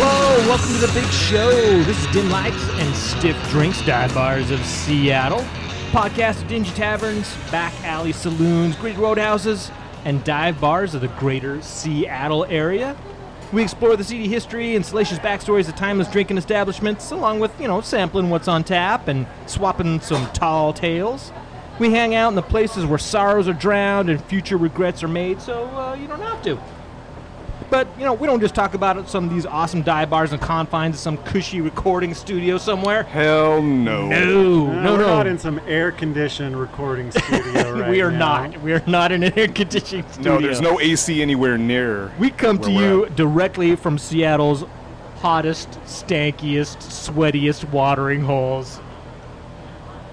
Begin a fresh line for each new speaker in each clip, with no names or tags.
welcome to the big show. This is Dim Lights and Stiff Drinks, dive bars of Seattle. Podcast of dingy taverns, back alley saloons, gritty roadhouses, and dive bars of the greater Seattle area. We explore the seedy history and salacious backstories of timeless drinking establishments, along with, you know, sampling what's on tap and swapping some tall tales. We hang out in the places where sorrows are drowned and future regrets are made, so uh, you don't have to. But you know, we don't just talk about some of these awesome dive bars and confines of some cushy recording studio somewhere.
Hell no.
No,
Uh,
no,
we're not
no.
in some air-conditioned recording studio right
we are
now.
not. We are not in an air conditioning studio.
No, there's no AC anywhere near.
We come to
where we're
you
at.
directly from Seattle's hottest, stankiest, sweatiest watering holes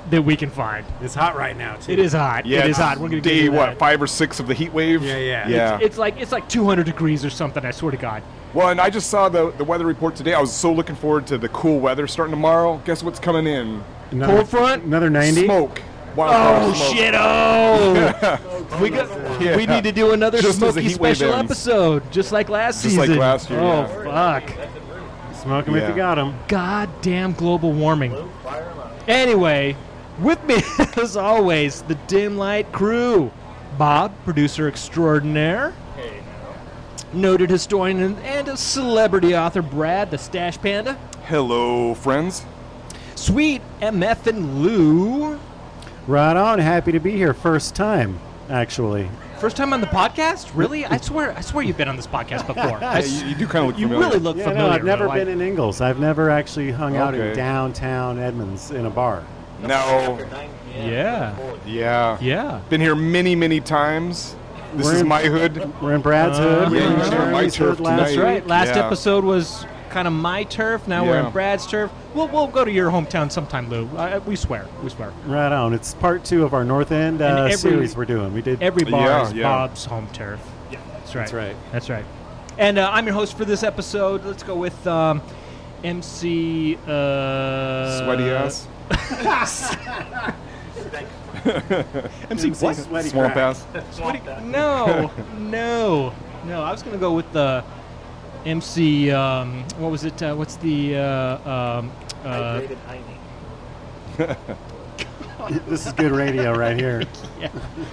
that we can find.
It's hot right now too.
It is hot.
Yeah,
it is
it's
hot. We're gonna get
day
into
what
that.
five or six of the heat wave.
Yeah, yeah.
yeah.
It's like it's like 200 degrees or something. I swear to God.
well, and I just saw the the weather report today. I was so looking forward to the cool weather starting tomorrow. Guess what's coming in?
another,
Cold front?
Another ninety.
Smoke. Wildfire
Oh
smoke.
shit! Oh, we got.
Yeah.
We need to do another
Just as the
Smokey
heat wave
special
ends.
episode, just like last
Just
season.
like last year,
Oh fuck!
Smoke 'em if
Yeah.
you got 'em.
Goddamn global warming. Anyway, with me as always, the dim light crew: Bob, producer extraordinaire. Noted historian and- and a celebrity author, Brad, the Stash Panda.
Hello, friends.
Sweet MF and Lou.
Right on. Happy to be here. First time, actually.
First time on the podcast? Really? I swear, I swear you've been on this podcast before. I
Yeah, you, you do kind of look
You
familiar.
really look
yeah,
familiar.
no, I've never
like-
been in Ingalls. I've never actually hung out in
Okay.
downtown Edmonds in a bar.
No.
Yeah,
Yeah.
yeah.
Been here many, many times. This
We're
is
in-
my hood.
We're in Brad's
Uh,
hood. we
yeah,
were in
you shared my
Jeremy's
turf
hood last
tonight.
That's right.
week.
Last
Yeah.
episode was kind of my turf. Now we're
Yeah.
in Brad's turf. We'll, we'll go to your hometown sometime, Lou. I, we swear. We swear.
Right on. It's part two of our North End uh,
every-
series we're doing. We did
Every bar
Yeah,
is
yeah.
Bob's home turf. Yeah, that's right.
That's right.
That's right. And uh, I'm your host for this episode. Let's go with um, MC. Uh,
Sweaty ass.
MC,
MC
what?
Sweaty
Swamp
Crack.
ass.
What do you- no, no, no. I was gonna go with the MC. Um, what was it? Uh, what's the? Uh, um, uh,
This is good radio right here.
yeah,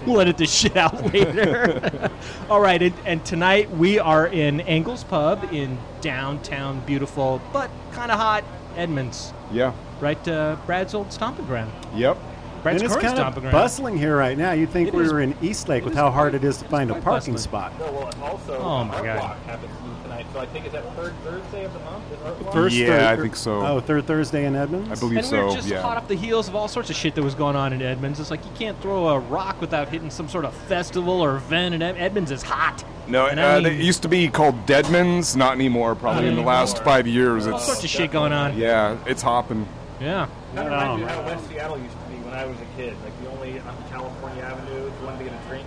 we'll edit this shit out later. All right, and, and tonight we are in Angles Pub in downtown, beautiful but kind of hot Edmonds,
Yeah.
right? Uh, Brad's old stomping ground.
Yep.
Brad's
and it's
current
kind
stomping
of
ground.
bustling here right now. You'd think
It
we
is-
were in Eastlake
it
with
is
how hard
quite-
it is to
it is
find a
quite
parking
bustling.
spot.
No, well, and also,
Oh, my
Art
God.
Walk happens to be tonight, so I think it's that third Thursday of the month. Is Art Walk?
First
Yeah, I
Thur-
think so.
Oh, third Thursday in Edmonds.
I believe
and we were
so.
just
yeah.
hot off the heels of all sorts of shit that was going on in Edmonds. It's like you can't throw a rock without hitting some sort of festival or event. And Ed- Edmonds is hot.
No,
And I
uh,
mean,
it used to be called Deadman's. Not anymore. Probably in the last five years.
all
It's
sorts of shit going on. Yeah,
yeah, it's hopping.
That
Right on,
reminds me
Oh,
of how
right
West Seattle used to be when I was a kid. Like, the only, on California Avenue, if you wanted to get a drink,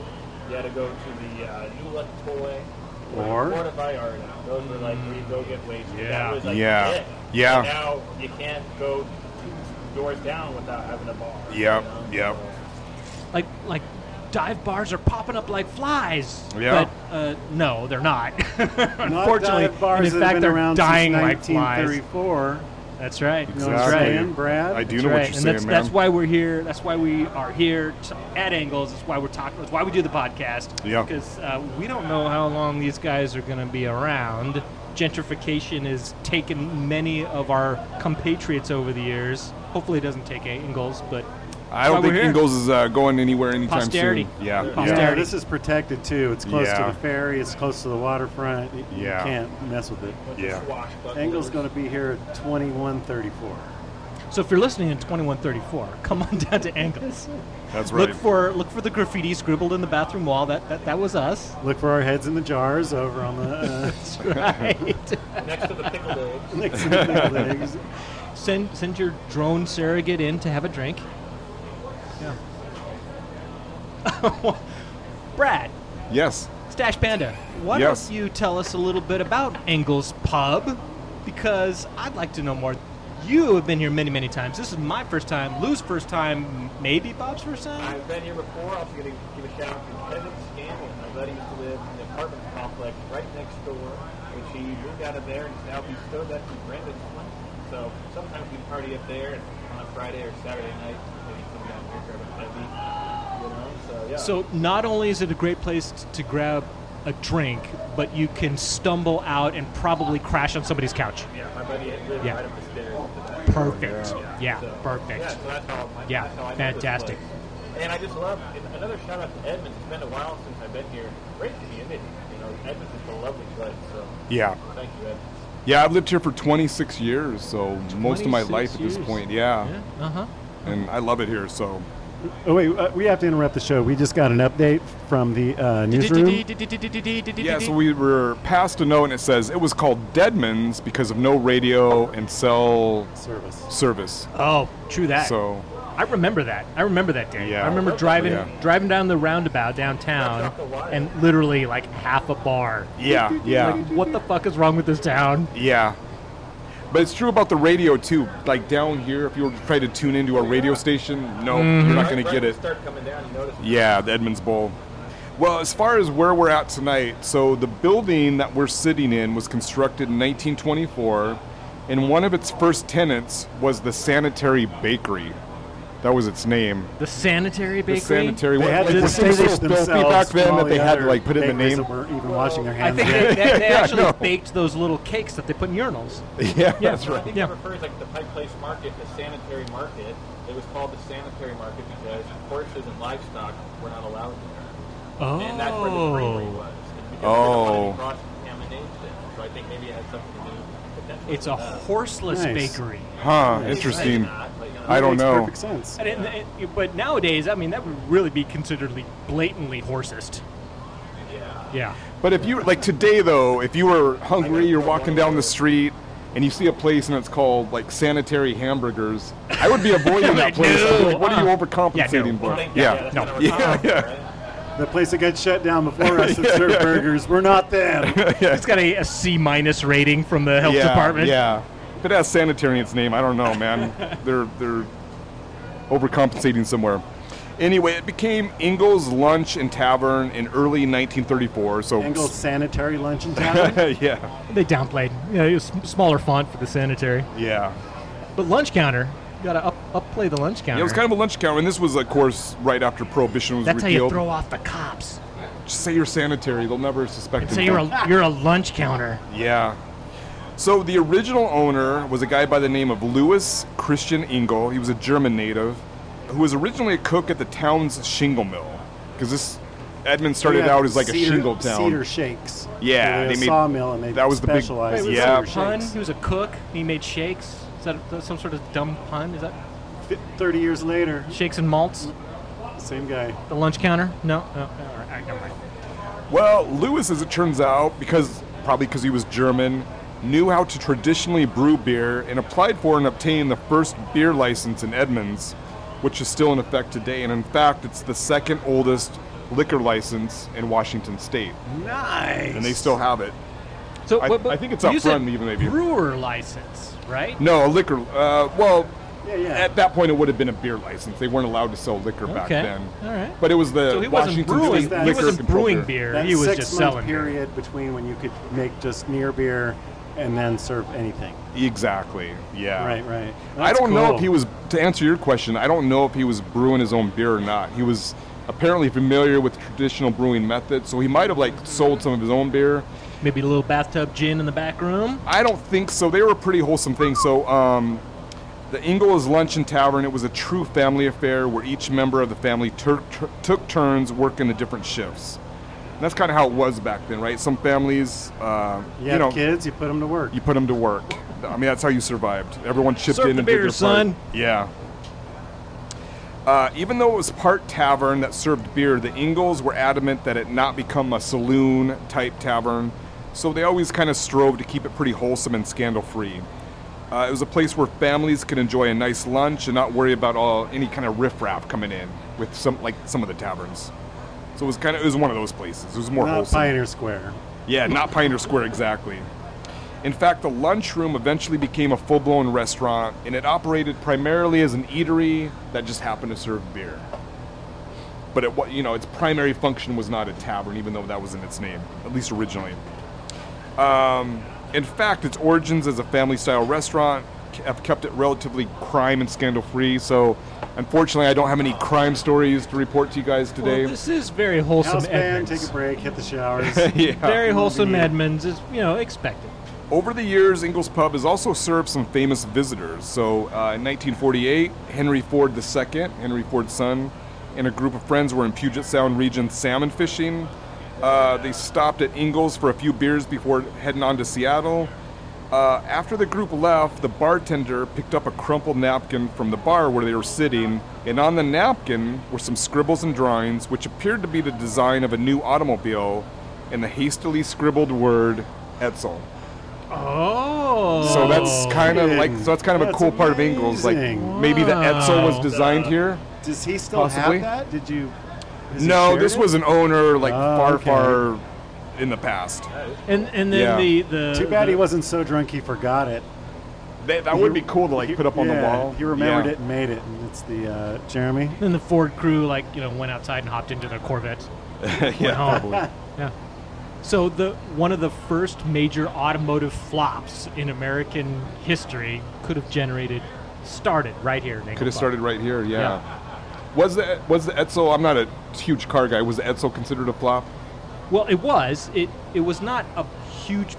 you had to go to the uh, New Luck Toy
Or-
Puerto Vallarta. Those were like where you go get wasted.
Yeah.
That was, like,
Yeah.
it.
Yeah.
And now you can't go two doors down without having a bar.
Yep,
you
yep.
like like dive bars are popping up like flies.
Yeah.
But uh, no, they're not.
Not
Unfortunately,
dive bars
and in
that have
fact,
been
they're
around
dying
since
like flies.
1934.
That's right.
You know what I'm
Exactly.
saying, Brad?
I do
That's
know
right.
what you're
and
saying,
that's,
man.
that's why we're here. That's why we are here to, at Angles. That's why we're talking. That's why we do the podcast.
Yeah.
Because uh, we don't know how long these guys are going to be around. Gentrification has taken many of our compatriots over the years. Hopefully, it doesn't take Angles, but
I
That's why
don't think
we're here.
Ingles is uh, going anywhere anytime
Posterity.
soon. Yeah,
Yeah.
yeah.
Yeah,
Posterity.
this is protected too. It's close
Yeah.
to the ferry. It's close to the waterfront. You, you
Yeah.
can't mess with it.
Yeah.
Engel's going to be here at 2134.
So if you're listening in 2134, come on down to Angles.
That's
Look
right.
for look for the graffiti scribbled in the bathroom wall. That that, that was us.
Look for our heads in the jars over on the uh,
Right.
Next to the pickled eggs.
next to the legs.
send send your drone surrogate in to have a drink. Yeah. Brad,
yes.
Stash Panda, why
Yes.
don't you tell us a little bit about Engels Pub? Because I'd like to know more. You have been here many, many times. This is my first time, Lou's first time, maybe Bob's first time.
I've been here before. I'll give a, give a shout out to Kevin Scanlon. I Bud used to live in the apartment complex right next door, which he moved out of there and he's now bestowed that to Brandon's place. So sometimes we party up there and on a Friday or Saturday night, maybe come down here grab a heavy, you know. So yeah.
So not only is it a great place t- to grab a drink, but you can stumble out and probably crash on somebody's couch.
yeah, my buddy had lived
Yeah.
right up the stairs. To that.
Perfect. Yeah,
So, Yeah,
perfect.
so that's how my,
Yeah,
that's how I know this
fantastic.
place. And I just love and another shout out to Edmonds. It's been a while since I've been here. Great community. You know, Edmonds is a lovely place. So
Yeah.
thank you, Edmonds.
Yeah, I've lived here for 26 years, so most of my
26
life at this
years.
point. Yeah.
Yeah. Uh huh.
And I love it here, so.
Oh wait, uh, we have to interrupt the show. We just got an update from the uh, newsroom.
Yeah, so we were passed a note and it says it was called Deadman's because of no radio and cell
Service.
service.
Oh, true that.
So,
I remember that. I remember that day.
Yeah.
I remember driving
Yeah.
driving down the roundabout downtown
That's not the wire.
and literally like half a bar.
yeah, yeah,
Like, what the fuck is wrong with this town?
yeah. But it's true about the radio too. Like down here, if you were to try to tune into a radio station, no, you're not going
Right-
to get
right
it.
when Start coming down. You notice.
Yeah, the Edmonds Bowl. Well, as far as where we're at tonight, so the building that we're sitting in was constructed in 1924, and one of its first tenants was the Sanitary Bakery. That was its name.
The sanitary bakery.
The sanitary.
They had
like,
to
they were so
distinguish
filthy
themselves
back then
from all
that they
the
had to
other
like put in the name.
bakers that weren't even washing their
I
hands.
think
yet.
they, they, they
Yeah, I
actually
know.
baked those little cakes that they put in urinals.
Yeah,
Yeah.
that's
I
right.
think
Yeah.
it refers like the Pike Place Market, the sanitary market. It was called the sanitary market because horses and livestock were not allowed there,
Oh.
and that's where the creamery was. It's because
Oh.
of cross contamination. So I think maybe it has something to do. with that.
It's a horseless
Nice.
bakery.
Huh?
Nice.
Interesting.
Not, but, you know,
I don't
Makes
know.
Perfect sense.
And it, it- but nowadays, I mean, that would really be considered blatantly horsest.
Yeah.
Yeah.
But if you like today though, if you were hungry, you're walking down the street and you see a place and it's called like sanitary hamburgers, I would be avoiding that
Like,
place. I'd be
no,
like, what are you
uh-uh.
overcompensating
Yeah, no,
for?
Thank you.
yeah.
that's
no.
kinda
Yeah,
recommended,
yeah.
right?
The place that got shut down before us that served burgers, we're not them.
It's got a, a C minus rating from the health
yeah,
department.
Yeah. If it has sanitary in its name, I don't know, man. they're they're overcompensating somewhere. Anyway, it became Ingalls Lunch and Tavern in early 1934. So
Engels sanitary lunch in town.
yeah,
They downplayed. You know, it was s- smaller font for the sanitary.
yeah.
But lunch counter, you gotta up, upplay the lunch counter.
Yeah, it was kind of a lunch counter, and this was, of course, right after Prohibition was
That's how you
repealed.
throw off the cops.
Just say you're sanitary; they'll never suspect.
And say
anything.
you're a, you're a lunch counter.
Yeah. So the original owner was a guy by the name of Louis Christian Engel. He was a German native who was originally a cook at the town's shingle mill. Because this Edmund started
They had
out as like
cedar,
a shingle town.
Cedar shakes.
Yeah,
they,
they
had a
made-
sawmill and they
that was the big-
specialized.
Wait,
in
Yeah.
a pun?
cedar
He was a cook. and He made shakes. Is that, that's some sort of dumb pun? Is that
shakes. Fi- Thirty years later,
shakes and malts?
same guy.
The lunch counter? No. no. All right, never mind.
Well, Lewis, as it turns out, because probably because he was German, knew how to traditionally brew beer and applied for and obtained the first beer license in Edmonds, which is still in effect today. And in fact, it's the second oldest liquor license in Washington State,
Nice.
and they still have it.
So
I-
but, but
I think it's
you
out
said
front, even, maybe.
brewer license, right?
No, a liquor. Uh, well,
Yeah, yeah.
at that point, it would have been a beer license. They weren't allowed to sell liquor back
Okay.
then.
All right.
But it was the
So he wasn't
Washington
brewing.
State
that-
He
Liquor
wasn't
Control
brewing
Board.
beer.
That
he was
six
just
month
selling. beer.
period between when you could make just near beer and then serve anything.
Exactly. Yeah.
Right, right.
I
That's
don't know
cool.
if he was to answer your question. I don't know if he was brewing his own beer or not. He was apparently familiar with traditional brewing methods, so he might have like sold some of his own beer.
Maybe a little bathtub gin in the back room.
I don't think so. They were pretty wholesome things. So um, the Ingalls Luncheon Tavern. It was a true family affair where each member of the family tur- tur- took turns working the different shifts. And that's kind of how it was back then, right? Some families, uh,
You,
you,
have
know,
kids, you put them to work.
you put them to work. I mean, that's how you survived. Everyone chipped
Serve
in
the
and did
beer,
their part.
son.
Yeah. Uh, even though it was part tavern that served beer, the Ingalls were adamant that it not become a saloon type tavern, so they always kind of strove to keep it pretty wholesome and scandal free. Uh, it was a place where families could enjoy a nice lunch and not worry about all any kind of riffraff coming in with some like some of the taverns. So it was kind of it was one of those places. It was more
Not
wholesome.
Pioneer Square.
Yeah, not Pioneer Square exactly. In fact, the lunchroom eventually became a full blown restaurant and it operated primarily as an eatery that just happened to serve beer. but it, wa- you know, its primary function was not a tavern, even though that was in its name, at least originally. Um, In fact, its origins as a family style restaurant k- have kept it relatively crime and scandal free. So, unfortunately, I don't have any crime stories to report to you guys today.
Well, this is very wholesome
House band,
Edmonds.
take a break, hit the showers.
yeah.
Very wholesome Edmonds is, you know, expected.
Over the years, Ingalls Pub has also served some famous visitors. So, uh, in 1948, Henry Ford II, Henry Ford's son, and a group of friends were in Puget Sound region salmon fishing. Uh, they stopped at Ingalls for a few beers before heading on to Seattle. Uh, after the group left, the bartender picked up a crumpled napkin from the bar where they were sitting, and on the napkin were some scribbles and drawings, which appeared to be the design of a new automobile and the hastily scribbled word Edsel.
Oh.
So that's kind of
Dang.
like so that's kind of a
That's
cool part of Ingles. Like
amazing.
maybe the Edsel was
Wow.
designed here.
Does he still
Possibly.
have that? Did you? has he
No,
shared
this
it?
was an owner like
Ah,
far
okay.
far in the past.
And and then
Yeah.
the, the
Too bad
the-
he wasn't so drunk he forgot it.
That, that would be cool to like
He-
put up on the
yeah,
wall.
He remembered
Yeah.
it and made it, and it's the uh, Jeremy.
Then the Ford crew, like you know, went outside and hopped into their Corvette.
Yeah,
home. yeah. So the one of the first major automotive flops in American history could have generated, started right here.
Could have started right here. Yeah.
Yeah.
Was the was the Edsel? I'm not a huge car guy. Was the Edsel considered a flop?
Well, it was. It it was not a huge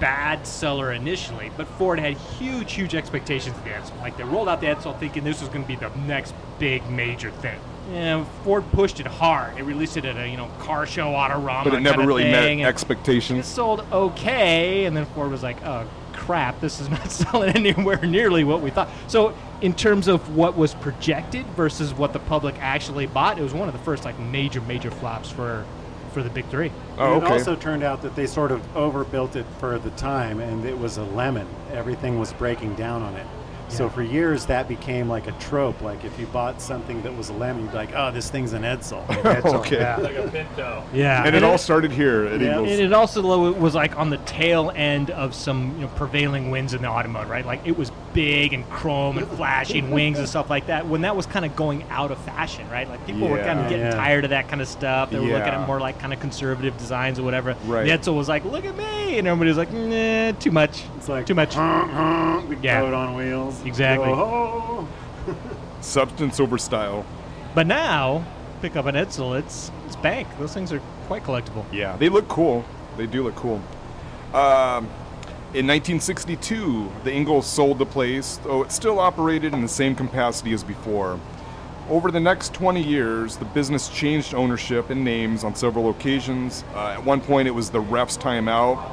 bad seller initially, but Ford had huge, huge expectations of the Edsel. Like they rolled out the Edsel thinking this was going to be the next big major thing. And Ford pushed it hard. It released it at a you know car show, Autorama,
But it never
kinda
really
thing,
met
and- it
expectations.
sold okay, and then Ford was like, "Oh crap, this is not selling anywhere nearly what we thought." So, in terms of what was projected versus what the public actually bought, it was one of the first like major, major flops for for the big three.
Oh,
And It
okay.
also turned out that they sort of overbuilt it for the time, and it was a lemon. Everything was breaking down on it. So for years, that became like a trope. Like if you bought something that was a lemon, you'd be like, "Oh, this thing's an Edsel."
okay.
Yeah,
Like a pinto.
yeah.
And it all started here at
Yeah.
and
Eagles.
it also lo- was like on the tail end of some you know, prevailing winds in the automotive, right? Like it was big and chrome and flashing wings and stuff like that. When that was kind of going out of fashion, right? Like people were kind
Yeah.
of getting
Yeah.
tired of that kind of stuff. They were looking
Yeah.
at more like kind of conservative designs or whatever.
Right.
The Edsel was like, "Look at me," and everybody was like, "Nah, too much.
It's like
too much."
We
Yeah.
throw it on wheels.
Exactly.
Go, "Oh."
Substance over style.
But now, pick up an Edsel, it's it's bank. Those things are quite collectible.
Yeah, they look cool. They do look cool. Um, in 1962, the Ingalls sold the place, though it still operated in the same capacity as before. Over the next 20 years, the business changed ownership and names on several occasions. Uh, at one point, it was the Refs Timeout.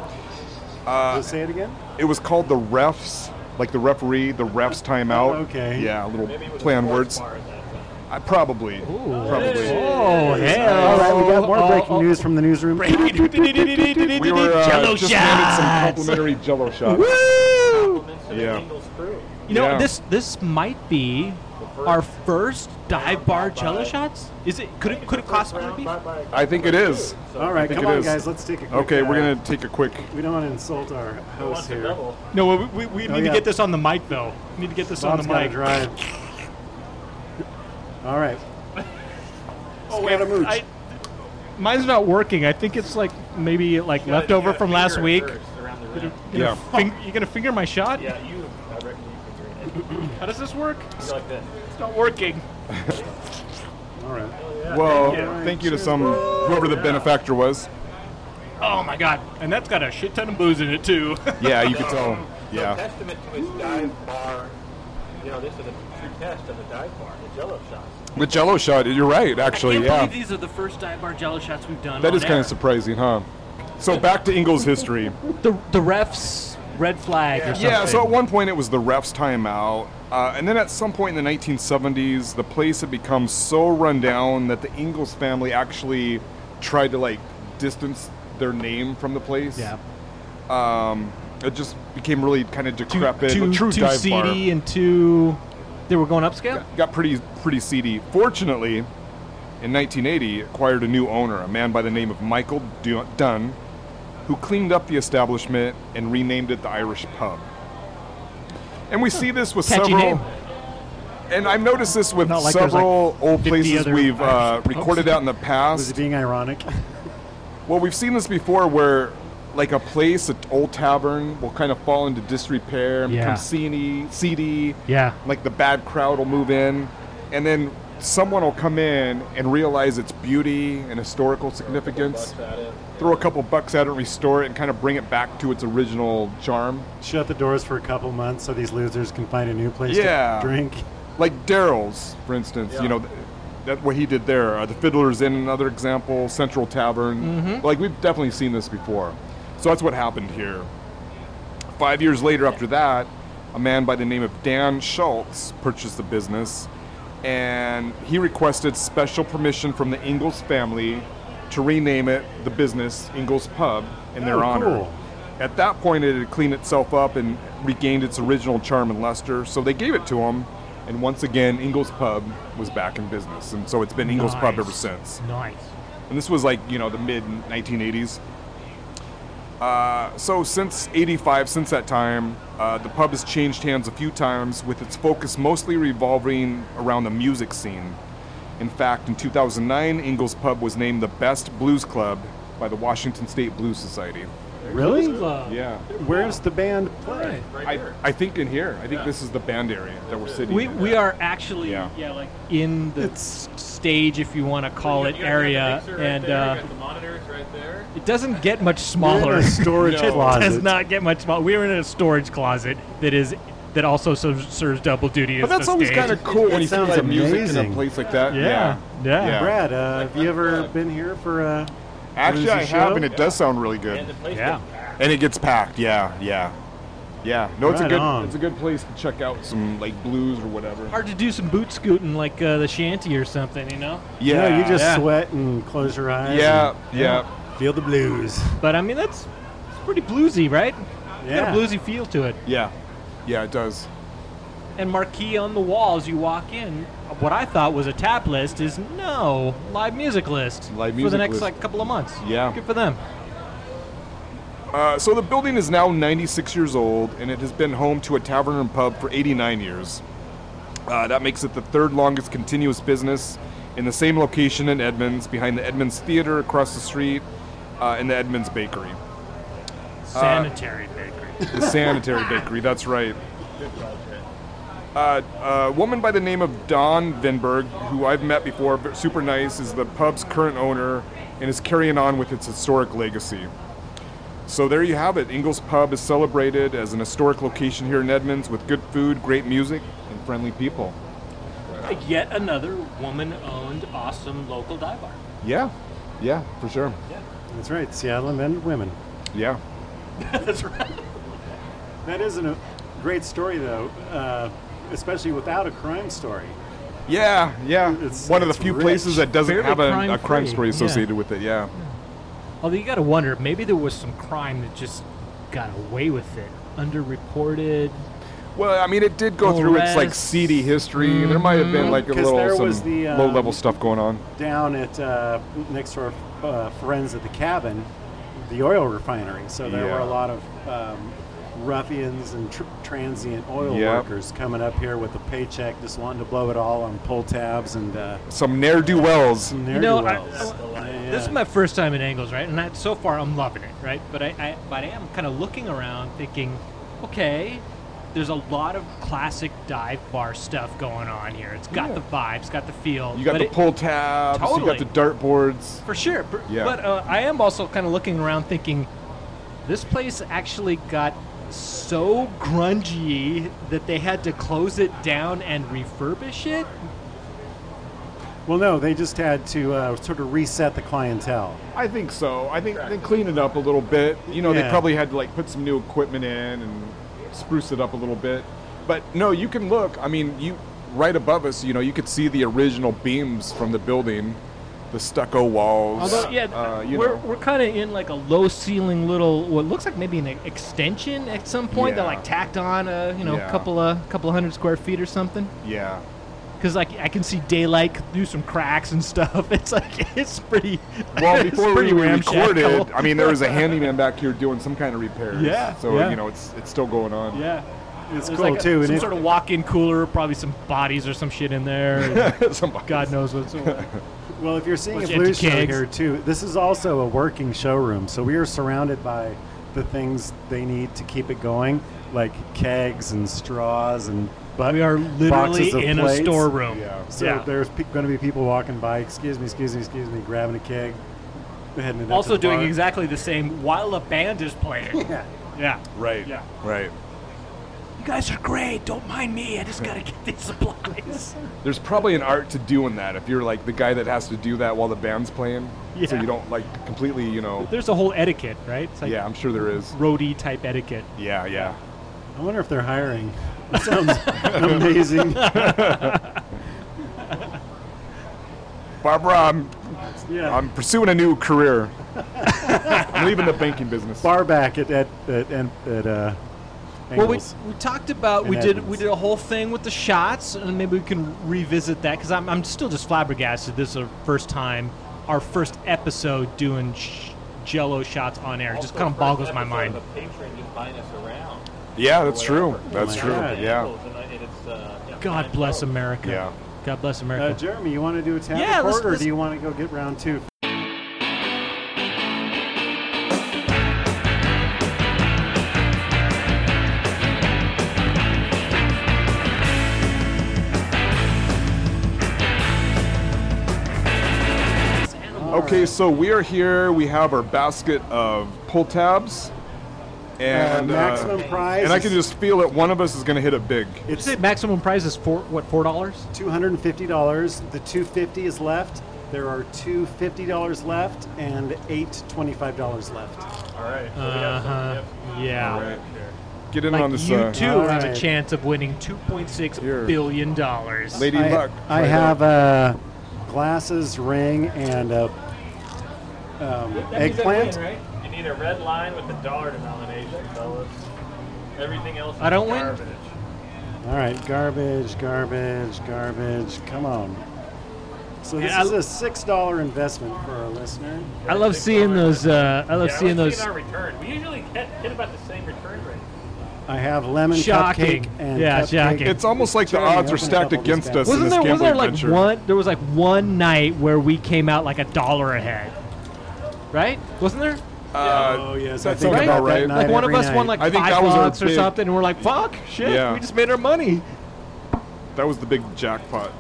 Just say it again.
It was called the Refs, like the referee, the Refs Timeout.
Okay.
Yeah, a little
Maybe it was a
play on words.
sports bar at that time.
I probably, probably.
Oh hell!
All right, we got more
Oh,
breaking
oh,
news from the newsroom.
We were uh,
Jello
just handed some
shots.
complimentary Jello shots.
Woo!
Compliments to
Yeah.
the Ingalls crew.
You know
Yeah.
this this might be
first
our first dive bar
round
Jello
by-
shots. Is it? Could it? Could it
First
possibly
round,
be?
bye bye.
I think it is.
So
All right,
think
come
it
on,
is.
guys. Let's take a. Quick,
Okay, we're
uh,
gonna take a quick.
We don't want to insult our
who wants
host
a
here.
double?
No, we, we, we
Oh,
need
yeah.
to get this on the mic though. We need to get this
Bob's
on the
gotta
mic.
drive. All right. Oh, wait, Scaramouche.
I, mine's not working. I think it's like maybe like
You gotta- you
leftover
gotta
from last
finger it
week.
first around the rim.
You're
Yeah.
gonna fing- you gonna finger my shot?
Yeah, you. I reckon you can do
How does this work?
it. like this.
It's not working.
All right.
Well,
thank you.
thank you to some whoever the benefactor was.
Oh my god! And that's got a shit ton of booze in it too.
Yeah, you can tell.
So
Yeah,
testament to its dive bar. You know, this is a true test of the dive bar, the Jello shots.
the Jello shot. You're right, actually. Yeah,
these are the first dive bar Jello shots we've done.
that is kind of surprising, huh? So back to Ingles' history.
the the refs red flag or something.
Yeah, so at one point it was the refs' timeout, uh, and then at some point in the 1970s, the place had become so run down that the Ingalls family actually tried to like distance their name from the place.
yeah,
Um, it just became really kind of
too,
decrepit.
too,
a true
too
dive bar.
seedy and too. They were going upscale.
got pretty pretty seedy. Fortunately, in 1980, acquired a new owner, a man by the name of Michael Du- Dunn, who cleaned up the establishment and renamed it the Irish Pub. And we see this with
Catchy
several.
name.
and I've noticed this with
Not like there's,
several
like,
old
50
places
other
we've uh,
Irish pubs.
recorded out in the
Was it
past.
being ironic?
Well, we've seen this before where, like, a place, an old tavern, will kind of fall into disrepair and
Yeah.
become seedy, seedy.
Yeah.
Like, the bad crowd will move in, and then someone will come in and realize its beauty and historical significance,
Bucks at it.
throw a couple bucks at it, restore it, and kind of bring it back to its original charm.
Shut the doors for a couple months so these losers can find a new place
Yeah.
to drink.
like Daryl's, for instance.
Yeah.
You know, th- that what he did there. Uh, the Fiddler's Inn, another example. Central Tavern.
Mm-hmm.
Like we've definitely seen this before. So that's what happened here. Five years later, after that, a man by the name of Dan Schultz purchased the business, and he requested special permission from the Ingalls family to rename it the business Ingalls Pub in their
Oh,
honor.
cool.
At that point, it had cleaned itself up and regained its original charm and luster, so they gave it to him. And once again, Ingles Pub was back in business, and so it's been Ingles Pub ever
Nice.
since.
Nice.
And this was like you know the mid 1980s. Uh, so since '85, since that time, uh, the pub has changed hands a few times, with its focus mostly revolving around the music scene. In fact, in 2009, Ingles Pub was named the best blues club by the Washington State Blues Society.
Really?
Yeah.
Where's the band play?
Right
I,
here.
I think in here. I think this is the band area that we're sitting.
We,
in.
we are actually yeah.
Yeah.
like in the
It's-
stage if you want to call
You
it
got- you got
area
the mixer right
and
there, you
uh,
got the monitors right there.
it doesn't get much
You're in
smaller.
a storage
No.
closet.
does not get much smaller. We're in a storage closet that is that also serves, serves double duty
But
as
that's
the
always
stage.
kind of cool when you see
sounds
like music in a
amazing.
place like that.
Yeah. Yeah.
Brad, uh, have you ever been here for uh, a
Actually,
bluesy
I have,
show?
and it does sound really good.
And the place
Yeah.
gets packed.
And it gets packed. Yeah, yeah, yeah. No, it's a
Right
good
on.
it's a good place to check out some like blues or whatever.
hard to do some boot scooting like uh, the shanty or something, you know.
You know,
Yeah,
you just
Yeah.
sweat and close your eyes.
yeah,
and
yeah.
Feel the blues.
But I mean, that's pretty bluesy, right?
Yeah.
Got a bluesy feel to it.
Yeah, yeah. It does.
And marquee on the wall as you walk in. What I thought was a tap list is no live music list
Live
for the
music
next
list.
like couple of months.
Yeah.
good for them.
Uh, so the building is now 96 years old, and it has been home to a tavern and pub for 89 years. Uh, that makes it the third longest continuous business in the same location in Edmonds, behind the Edmonds Theater across the street, uh, and the Edmonds Bakery, Uh,
Sanitary bakery.
the sanitary bakery. That's right. Uh, a woman by the name of Don Vinberg, who I've met before, but super nice, is the pub's current owner and is carrying on with its historic legacy. So there you have it. Ingles Pub is celebrated as an historic location here in Edmonds with good food, great music, and friendly people.
Yet another woman-owned, awesome local dive bar.
Yeah, yeah, for sure.
That's right. Seattle invented women.
Yeah.
That's right.
That is a great story, though, uh, especially without a crime story.
Yeah, yeah.
It's-
One of the
it's
few
rich.
places that doesn't
Fairly
have a
crime
a crime
free,
story
yeah.
associated with it, yeah.
Although you got to wonder, maybe there was some crime that just got away with it, underreported.
Well, I mean, it did go through its like
Arrests.
seedy history.
Mm-hmm.
There might have been like a
'Cause
little
there
some
was the, um,
low level stuff going on.
Down at uh, next door uh, friends at the cabin, the oil refinery. So there
Yeah.
were a lot of um, ruffians and tr- transient oil
Yep.
workers coming up here with a paycheck, just wanting to blow it all on pull tabs and uh,
Some ne'er do wells.
ne'er
know,
do wells.
I- This is my first time in Angles, right? And I, so far, I'm loving it, right? But I, I, but I am kind of looking around, thinking, okay, there's a lot of classic dive bar stuff going on here. It's got the vibes, got the feel.
You got
but
the
it-
pull tabs.
Totally.
You got the dartboards.
for sure. But,
Yeah.
but uh, I am also kind of looking around, thinking, this place actually got so grungy that they had to close it down and refurbish it.
Well, no, they just had to uh, sort of reset the clientele.
I think so. I think they cleaned it up a little bit. You know, they
Yeah.
probably had to like put some new equipment in and spruce it up a little bit. But no, you can look. I mean, you right above us. You know, you could see the original beams from the building, the stucco walls.
Although, yeah,
uh, you
we're,
know.
we're kind of in like a low ceiling little, what looks like maybe an extension at some point. They're
Yeah.
like tacked on a you know
Yeah.
couple of couple hundred square feet or something.
yeah.
Because like I can see daylight through some cracks and stuff. It's like it's pretty.
Well,
it's
before we
pretty ramshackle.
recorded, I mean, there was a handyman back here doing some kind of repairs.
Yeah,
So
yeah.
you know, it's it's still going on.
yeah.
It's
There's
cool
like a-
too.
some
and
sort
it,
of walk-in cooler, probably some bodies or some shit in there. and
Somebody-
God knows what's. what.
well, if you're seeing a
bunch of
blue
empty
show
kegs.
here too, this is also a working showroom, so we are surrounded by the things they need to keep it going, like kegs and straws and. But
We are literally in a storeroom.
Yeah.
So
Yeah.
there's pe- going to be people walking by. Excuse me, excuse me, excuse me. Grabbing a keg, heading it up
Also
to the
doing
bar.
exactly the same while a band is playing.
Yeah.
yeah.
Right.
Yeah.
Right.
You guys are great. Don't mind me. I just gotta get these supplies.
There's probably an art to doing that if you're like the guy that has to do that while the band's playing. So
Yeah.
you don't like completely, you know.
There's a whole etiquette, right? It's like
Yeah, I'm sure there is.
roadie type etiquette.
Yeah, yeah.
I wonder if they're hiring. That sounds amazing.
Barbara, I'm,
Yeah.
I'm pursuing a new career. I'm leaving the banking business.
bar back at at at, at, at uh.
Well, we,
Angles.
we talked about
And
we did
Evans.
we did a whole thing with the shots, and maybe we can revisit that because I'm, I'm still just flabbergasted. This is our first time, our first episode doing sh- Jello shots on air. It just
Also,
kind of
first
boggles my
episode
mind.
of a patron just buying us around.
yeah, that's
or
true.
Oh,
whatever. uh,
That's
my
true.
God.
Yeah.
And I- and it's, uh, yeah,
God
fine.
bless
Oh,
America.
Yeah.
God bless
Uh,
America.
Jeremy, you want to do a tap
Yeah,
report,
let's-
or
let's-
do you want to go get round two?
Okay, so we are here. We have our basket of pull tabs. And,
uh, maximum
uh,
prize.
and I
is
can just feel it. One of us is going to hit a big.
Did you say maximum prize is four what four dollars?
two hundred and fifty dollars. The two fifty is left. There are two fifty dollars left and eight twenty-five dollars left.
All right. Oh, So we
Uh
got
huh.
some
Yeah.
Right. Get in
Like
on this.
you
uh,
too
All
have a
right.
chance of winning two point six
Here.
billion dollars.
Lady
I,
Luck.
I
right
have
up.
uh, glasses, ring, and a um, eggplant.
gift. You need a red line with a dollar denomination, fellas. Everything else.
I
is
don't win?
garbage.
All right, garbage, garbage, garbage. Come on. So this
Yeah, I-
is a six-dollar investment for our listener.
I love seeing those. Uh, I love
Yeah, I
seeing
was
those.
Our return. We usually get, get about the same return rate.
I have lemon
Shocking.
cupcake and
Yeah,
cupcake.
shocking.
It's almost like the
Jeremy,
odds
open
are
up
stacked
all these
against
bags.
us in
Wasn't
this
there wasn't
gambling
there like
venture.
one there was like one night where we came out like a dollar ahead. Right? Wasn't there?
Uh,
Oh, yes, I
that
think
about
sounds about
that
right.
night.
like one of
every
us won like
night.
I think
five
that was our
bucks or
big-
something and we're like, fuck shit,
Yeah.
we just made our money.
That was the big jackpot.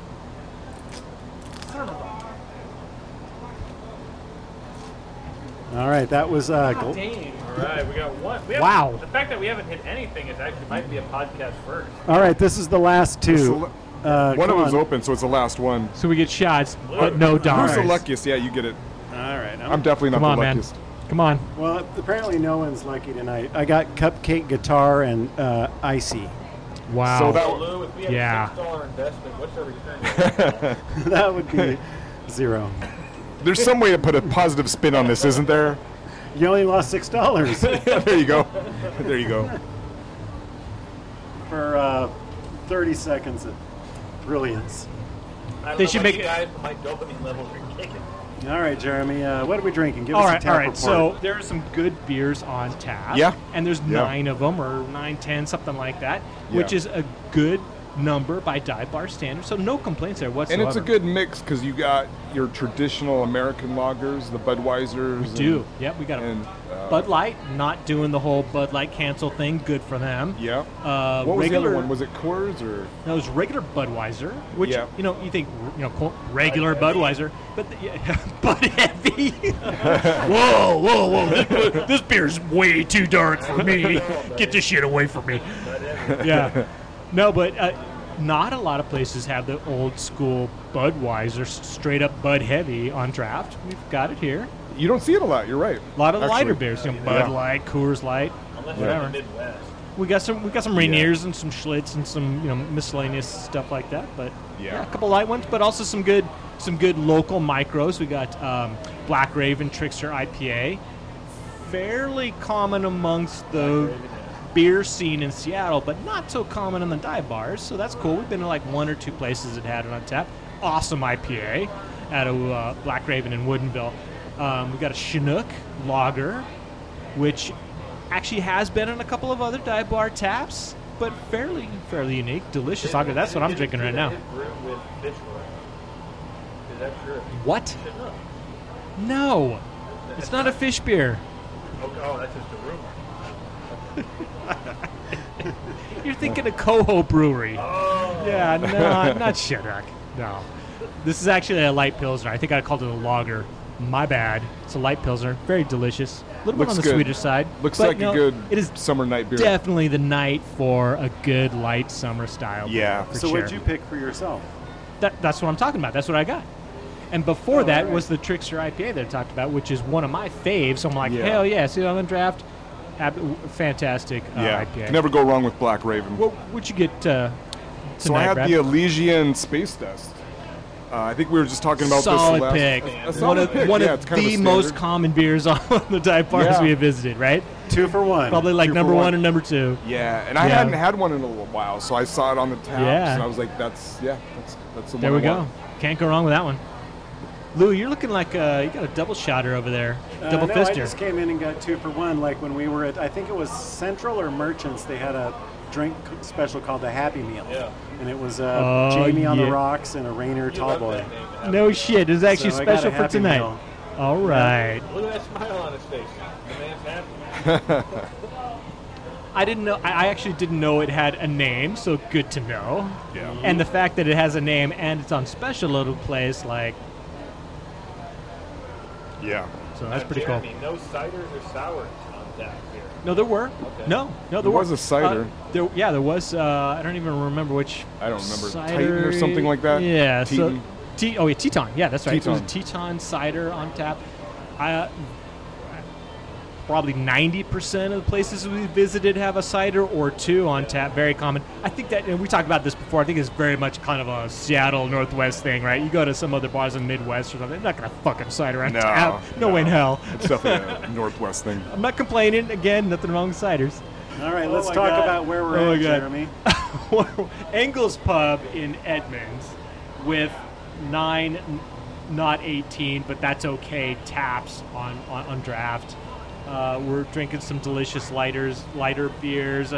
All right, that was uh, gl-
All right, we got one. We haven't-
Wow.
The fact that we haven't hit anything is actually might be a podcast first.
all right. This is the last
It's the
two.
la-
Uh,
one of
come
them's
on.
open, so it's the last one.
So we get shots, but no
Who's
dollars.
the luckiest? Yeah, you get it.
All right,
I'm definitely not
Come on,
the
man.
luckiest.
Come on.
well, apparently no one's lucky tonight. I got cupcake guitar and uh, icy.
Wow.
So that-
So, Lou, if we had
Yeah.
a six dollar investment, what's our return? rate?
that would be zero.
There's some way to put a positive spin on this, isn't there?
You only lost six dollars
there you go. There you go.
for uh, thirty seconds of brilliance.
I don't
They
know
should
about
make
you
it-
guys, but my dopamine levels are kicking.
All right, Jeremy. Uh, what are we drinking? Give
all
us a
right,
tap
all right.
report.
So there are some good beers on tap.
Yeah.
And there's
Yeah.
nine of them, or nine, ten, something like that,
Yeah.
which is a good number by dive bar standards. So no complaints there whatsoever.
And it's a good mix because you got your traditional American lagers, the Budweisers. and-
do. Yep, we got a
and, uh,
Bud Light not doing the whole Bud Light cancel thing. Good for them.
Yeah.
Uh,
what was
regular,
the other one? Was it Coors or?
No, it was regular Budweiser, which
Yeah.
you know you think you know quote, regular Budweiser, but the, yeah, Bud Heavy. whoa, whoa, whoa! This, this beer's way too dark for me. Get this shit away from me. Yeah, no, but uh, not a lot of places have the old school Budweiser, s- straight up Bud Heavy on draft. We've got it here.
You don't see it a lot. You're right.
A lot of lighter
actually.
beers, you know, Bud
Yeah.
Light, Coors Light.
Unless
Whatever.
you're in the Midwest.
We got some, we got some Rainiers and some Schlitz and some you know miscellaneous stuff like that. But
Yeah.
a couple light ones, but also some good, some good local micros. We got um, Black Raven Trickster IPA, fairly common amongst the beer scene in Seattle, but not so common in the dive bars. So that's cool. We've been to like one or two places that had it on tap. Awesome IPA out of uh, Black Raven in Woodinville. Um, we got a Chinook Lager, which actually has been in a couple of other dive bar taps. but fairly fairly unique, delicious. I'll- That's what I'm drinking right now.
Brew with Fitzroy. Is that true?
What?
Should know.
No, it's not a fish beer.
Oh, oh, that's just a rumor.
You're thinking of Coho Brewery. Yeah,
Oh.
no, not Shirak. No, this is actually a light pilsner. I think I called it a lager. My bad. It's a light pilsner. Very delicious. A little bit
Looks
on the
good.
sweeter side.
Looks
but
like
no,
a good
It is
summer night beer.
definitely the night for a good light summer style. beer,
Yeah.
for
So
sure.
what'd you pick for yourself?
That, that's what I'm talking about. That's what I got. And before
Oh,
that
alright.
was the Trickster IPA that I talked about, which is one of my faves. So I'm like,
Yeah.
hell yeah, see on the draft. Ab- fantastic uh,
yeah,
IPA.
can never go wrong with Black Raven.
What would you get uh, tonight,
so I had
Brad?
the Elysian Space Dust. Uh, I think we were just talking about
solid
this last.
pick.
A, a
one
solid
of,
pick.
one
yeah,
of
it's
the
kind of a
most
standard.
common beers on the dive bars
Yeah.
we have visited, right?
Two for one.
Probably like
Two for
number
one.
one and number two.
Yeah, and I
Yeah.
hadn't had one in a little while, so I saw it on the tabs,
Yeah.
and I was like, "That's yeah, that's that's the
There we
one." I
go.
want.
Can't go wrong with that one. Lou, you're looking like uh, you got a double shotter over there,
Uh,
double
no, I
fister.
just came in and got two for one. Like when we were at, I think it was Central or Merchants, they had a drink c- special called the Happy Meal.
Yeah.
And it was uh,
Oh,
Jamie on the
yeah.
rocks and a Rainier
You love
Tallboy.
that name, Adam.
No shit. It's actually
So I got a
special for
Happy
tonight.
Meal.
All right.
Look at that smile on his face. The man's happy.
I didn't know. I I actually didn't know it had a name, so good to know.
Yeah.
And the fact that it has a name and it's on special at a place like
Yeah.
so that's
Uh,
pretty cool.
Jeremy, No ciders or sours on that here.
No, there were.
Okay.
No, no, there,
There
were.
was a cider.
Uh, there, yeah, there was. Uh, I don't even remember which.
I don't remember.
Cider,
Titan or something like that?
Yeah. So,
Teton?
Te- oh yeah, Teton. Yeah, that's right. It
Teton.
was a Teton cider on tap. I, uh, probably ninety percent of the places we visited have a cider or two on tap. Very common. I think that, and we talked about this before. I think it's very much kind of a Seattle Northwest thing, right? You go to some other bars in the Midwest or something, they're not gonna fucking cider on
No,
tap. No, way in
no.
hell.
It's definitely a Northwest thing.
I'm not complaining. Again, nothing wrong with ciders.
All right,
Oh
let's
my
talk
God.
about where we're
Oh
at,
my God.
Jeremy.
Engels Pub in Edmonds with nine, n- not 18, but that's okay, taps on, on, on draft. Uh, we're drinking some delicious lighters, lighter beers, uh,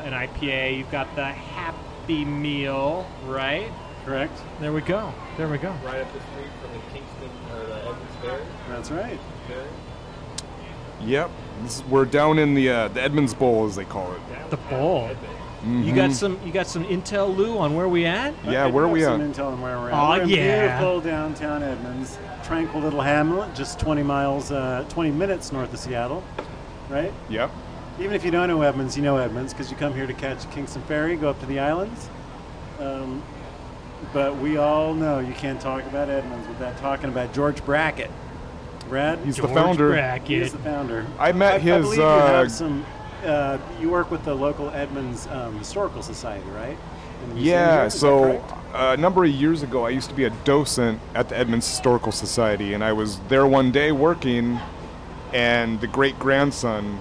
uh, an IPA. You've got the Happy Meal, right?
Correct?
There we go. There we go.
Right up the street from the Kingston or the Edmonds Ferry.
That's right.
Ferry.
Yep. This, we're down in the uh, the Edmonds Bowl, as they call it.
The bowl. You
Mm-hmm.
got some. You got some intel, Lou, on where we at?
Yeah,
I
where
have
we
some
at?
intel on where we're at.
Aw,
We're in
yeah.
Beautiful downtown Edmonds, tranquil little hamlet, just 20 miles, uh, 20 minutes north of Seattle, right?
Yep.
Even if you don't know Edmonds, you know Edmonds because you come here to catch Kingston Ferry, go up to the islands. Um, but we all know you can't talk about Edmonds without talking about George Brackett. Brad,
He's
George
the founder.
Brackett.
he is the founder.
I met
I
his,
believe you
uh,
have some. Uh, you work with the local Edmonds um, Historical Society, right? In the museum here,
Yeah,
is that
so
correct?
uh, a number of years ago, I used to be a docent at the Edmonds Historical Society, and I was there one day working, and the great grandson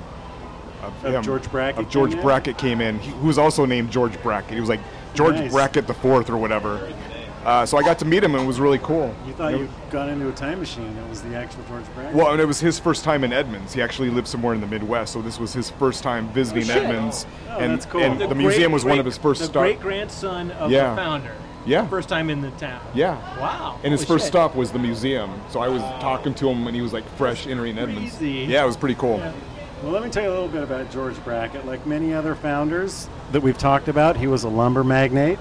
of,
Of
him-
George Brackett
of George
came in?
Brackett came in, he, who was also named George Brackett. He was like George
Nice.
Brackett the Fourth or whatever. Uh, so I got to meet him, and it was really cool.
you thought you got into a time machine. It was the actual George Brackett.
Well, and it was his first time in Edmonds. He actually lived somewhere in the Midwest, so this was his first time visiting
shit.
Edmonds.
Oh,
and
that's cool.
and the,
The
museum
great-
was one of
great-
his first
The
stops.
great grandson of
Yeah.
the founder.
Yeah.
First time in the town.
Yeah.
Wow.
And his
Holy
first
shit.
stop was the museum. So I was talking to him when he was like fresh entering Edmonds.
Crazy.
Yeah, it was pretty cool.
Yeah.
Well, let me tell you a little bit about George Brackett. Like many other founders that we've talked about, he was a lumber magnate,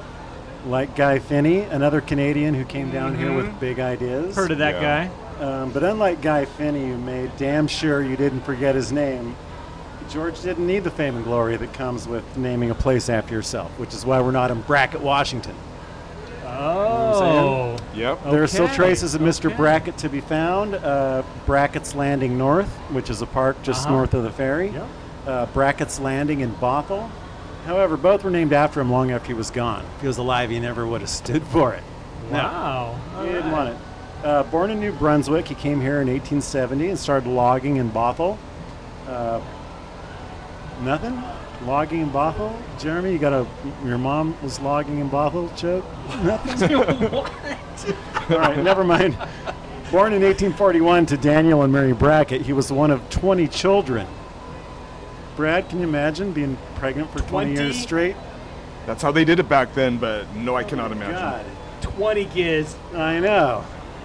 like Guy Finney, another Canadian who came down here with big ideas.
Heard of that
Yeah.
guy?
Um, but unlike Guy Finney, who made damn sure you didn't forget his name, George didn't need the fame and glory that comes with naming a place after yourself, which is why we're not in Brackett, Washington.
Oh,
Yep.
There are still
Okay,
traces of Mr.
okay.
Brackett to be found. Uh, Brackett's Landing North, which is a park just
Uh-huh.
north of the ferry.
Yep.
Uh, Brackett's Landing in Bothell. However, both were named after him long after he was gone. If he was alive, he never would have stood for it.
wow!
No, he didn't want it. Uh, born in New Brunswick, he came here in 1870 and started logging in Bothell. Uh, nothing? Logging in Bothell? Jeremy, you got a. Your mom was logging in Bothell joke? Nothing? All right, never mind. Born in 1841 to Daniel and Mary Brackett, he was one of 20 children. Brad, can you imagine being pregnant for 20, years
20?
straight?
That's how they did it back then, but no, I cannot imagine.
God,
20 kids.
I know.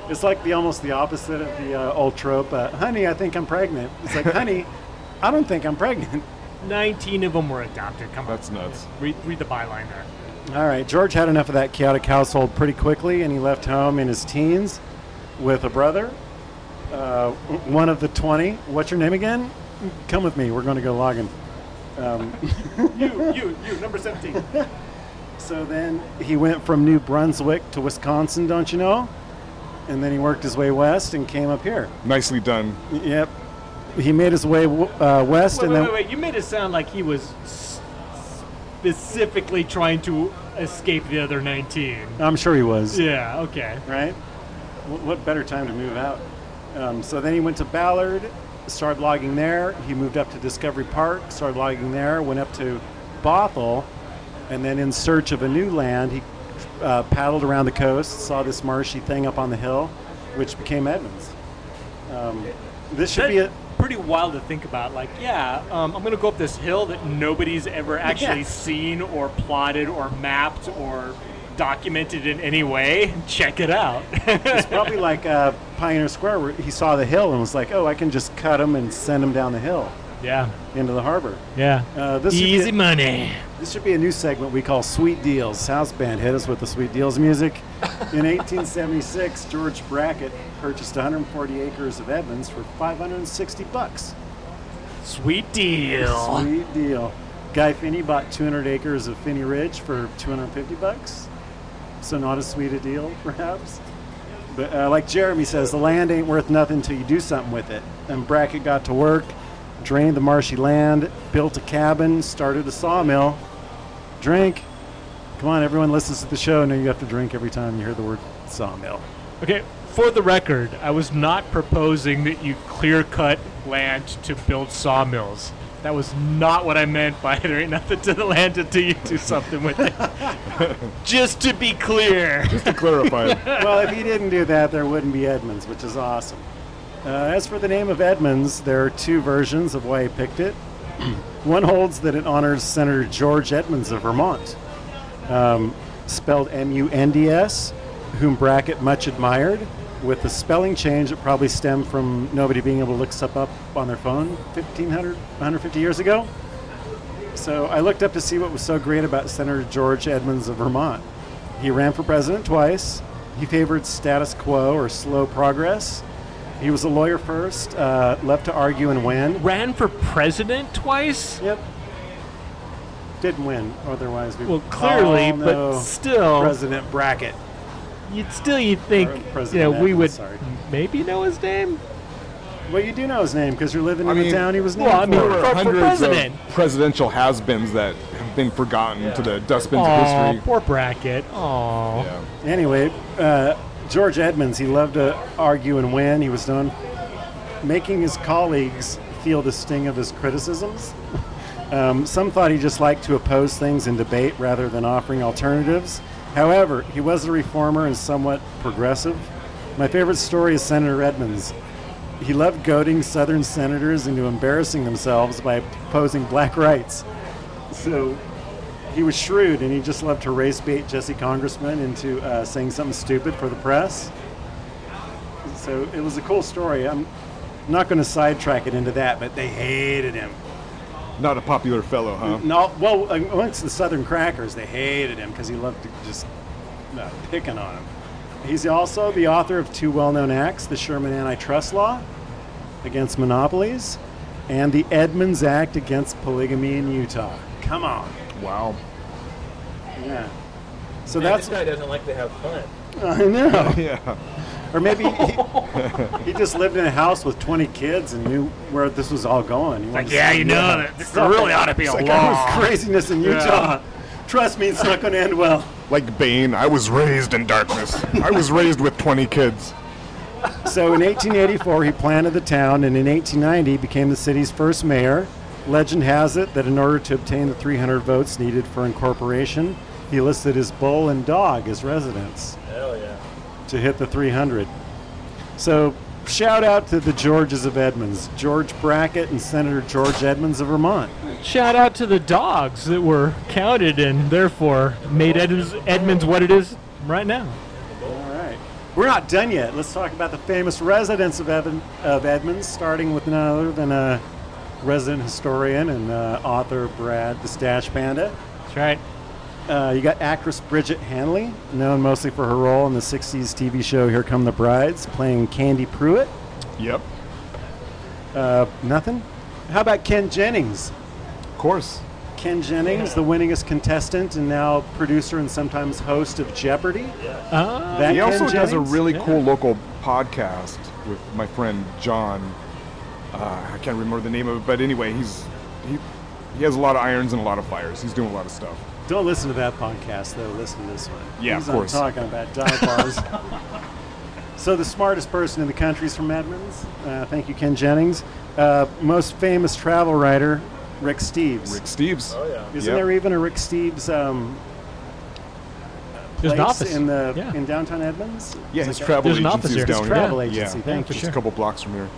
It's like the almost the opposite of the uh, old trope. Uh, honey, I think I'm pregnant. It's like, honey, I don't think I'm pregnant.
19 of them were adopted. Come on.
That's nuts.
Read, read the byline there.
All right, George had enough of that chaotic household pretty quickly, and he left home in his teens with a brother, uh, w- one of the 20. What's your name again? Come with me, we're going to go logging.
You, you, you, number 17.
So then he went from New Brunswick to Wisconsin, don't you know? And then he worked his way west and came up here.
Nicely done.
Yep. He made his way w- uh, west
Wait,
and
wait,
then.
wait, wait. You made it sound like he was s- specifically trying to escape the other 19.
I'm sure he was.
Yeah, okay.
right? What, what better time to move out? Um, so then he went to Ballard, started logging there. He moved up to Discovery Park, started logging there. Went up to Bothell, and then in search of a new land, he uh, paddled around the coast, saw this marshy thing up on the hill, which became Edmonds. Um, this should
That's
be a
pretty wild to think about. Like, yeah, um, I'm going to go up this hill that nobody's ever actually
Yeah.
seen or plotted or mapped or documented in any way. Check it out.
it's probably like uh, Pioneer Square, where he saw the hill and was like, "Oh, I can just cut him and send him down the hill
yeah,
into the harbor."
yeah.
Uh, this would be
Easy
a-
money.
This should be a new segment we call Sweet Deals. House Band hit us with the Sweet Deals music. In 1876, George Brackett purchased 140 acres of Edmonds for 560 bucks.
Sweet deal.
Sweet deal. Guy Finney bought 200 acres of Finney Ridge for 250 bucks. So not as sweet a deal, perhaps. But uh, like Jeremy says, the land ain't worth nothing until you do something with it. And Brackett got to work, drained the marshy land, built a cabin, started a sawmill. Drink. Come on, everyone listens to the show. Now you have to drink every time you hear the word sawmill.
Okay, for the record, I was not proposing that you clear cut land to build sawmills. That was not what I meant by there ain't nothing to the land until you do something with it. Just to be clear.
To clarify,
well, if he didn't do that, there wouldn't be Edmonds, which is awesome. Uh, as for the name of Edmonds, there are two versions of why he picked it. One holds that it honors Senator George Edmonds of Vermont, um, spelled M U N D S, whom Brackett much admired. With the spelling change, it probably stemmed from nobody being able to look stuff up on their phone 1500, 150 years ago. So I looked up to see what was so great about Senator George Edmonds of Vermont. He ran for president twice. He favored status quo or slow progress. He was a lawyer first, uh, left to argue and win.
Ran for president twice?
Yep. Didn't win, otherwise we
Well, clearly,
Oh, no.
but still,
President Brackett.
you'd still you'd think
Or
you
President
know, we
Edmonds,
would
sorry.
maybe know his name.
Well, you do know his name because you're living
I
in
mean-
the town he was named
Well, I mean,
there
for.
For-
were
for
hundreds
president.
of presidential has-beens that have been forgotten to the dustbins of
Aw,
history.
poor bracket. Aw.
Yeah.
Anyway, uh, George Edmonds, he loved to argue and win. He was known making his colleagues feel the sting of his criticisms. Um, some thought he just liked to oppose things in debate rather than offering alternatives. However, he was a reformer and somewhat progressive. My favorite story is Senator Edmonds. He loved goading Southern senators into embarrassing themselves by opposing black rights. So he was shrewd and he just loved to race bait Jesse Congressman into uh, saying something stupid for the press. So it was a cool story. I'm not going to sidetrack it into that, but they hated him.
Not a popular fellow, huh?
No, well, amongst the Southern crackers, they hated him because he loved to just uh, picking on him. He's also the author of two well-known acts: the Sherman Antitrust Law against monopolies, and the Edmonds Act against polygamy in Utah. Come on,
Wow.
yeah. So
Man,
that's
this guy doesn't like to have fun.
I know.
Yeah.
Or maybe he, he just lived in a house with 20 kids and knew where this was all going. He wanted to see-
that this really ought to be
It's like, "Oh, there's craziness in Utah. Trust me, it's not going to end well.
Like Bane, I was raised in darkness. I was raised with 20 kids.
So in 1884, he planted the town, and in 1890, he became the city's first mayor. Legend has it that in order to obtain the 300 votes needed for incorporation, he listed his bull and dog as residents.
Hell yeah.
to hit the 300. So Shout out to the Georges of Edmonds, George Brackett and Senator George Edmonds of Vermont.
Shout out to the dogs that were counted and therefore made Edmonds, Edmonds what it is right now.
All right. We're not done yet. Let's talk about the famous residents of, Evan, of Edmonds, starting with none other than a resident historian and uh, author Brad the Stash Panda.
That's right.
Uh, you got actress Bridget Hanley, known mostly for her role in the 60s TV show Here Come the Brides, playing Candy Pruitt.
Yep.
Uh, nothing? How about Ken Jennings?
Of course.
Ken Jennings, the winningest contestant and now producer and sometimes host of Jeopardy.
Ah,
That
he
Ken
also does a
Jennings?
really
Yeah.
cool local podcast with my friend John. Uh, I can't remember the name of it, but anyway, he's he he has a lot of irons and a lot of fires. He's doing a lot of stuff.
Don't listen to that podcast, though. Listen to this one.
Yeah, of
He's on
course.
talking about dive bars. so the smartest person in the country is from Edmonds. Uh, thank you, Ken Jennings. Uh, most famous travel writer, Rick Steves.
Rick Steves.
Oh yeah.
Isn't
Yep.
there even a Rick Steves um,
there's
place
an office.
in the
yeah.
in downtown Edmonds?
Yeah,
It's
his
like a-
travel
There's an
agency
office
is
here.
down
His
here.
travel
yeah.
agency,
Yeah.
thank
you.
Just a couple blocks from here.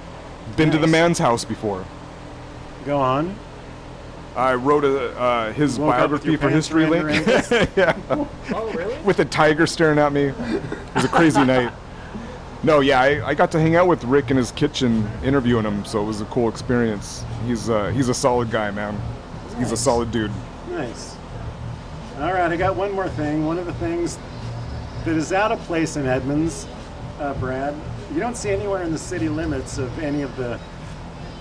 Been to the
Nice.
man's house before.
Go on.
I wrote a, uh, his
Woke up with
biography
your
for
pants
History
around
Link
your ankles.
Oh really?
with a tiger staring at me. It was a crazy night. No, yeah, I, I got to hang out with Rick in his kitchen interviewing him, so it was a cool experience. He's uh, he's a solid guy, man. He's a
Nice.
solid dude.
Nice. All right, I got one more thing. One of the things that is out of place in Edmonds, uh, Brad, you don't see anywhere in the city limits of any of the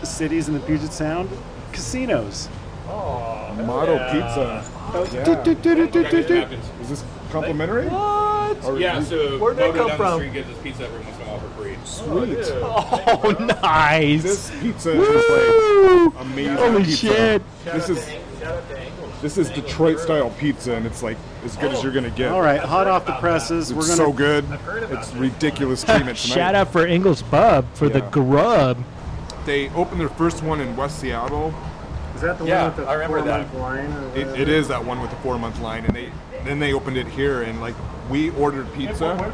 cities in the Puget Sound casinos.
Oh, hell
Motto
yeah.
pizza.
Oh,
Yeah.
Happens.
Is this complimentary? Or-
Yeah, so
Where'd they
Moto
come
down
from?
the street gets this pizza every once in a while for free.
Oh,
Sweet.
dude.
Oh, nice.
This pizza is
Woo!
like amazing.
Holy
pizza.
shit.
Shout
This
out
is
to Ang- shout out to Angles.
this is
Angles
Detroit
Brewery.
style pizza, and it's like as good as you're gonna get.
All right, hot
heard
off the
about
presses.
It's
We're gonna
so good.
heard about
It's
this.
ridiculous treatment.
Shout out for Ingles Pub for the
Yeah.
grub.
They opened their first one in West Seattle.
Is that the
Yeah,
one with the
I remember that.
four-month line? or
It,
whatever?
it is that one with the four month line, and they then they opened it here, and like we ordered pizza.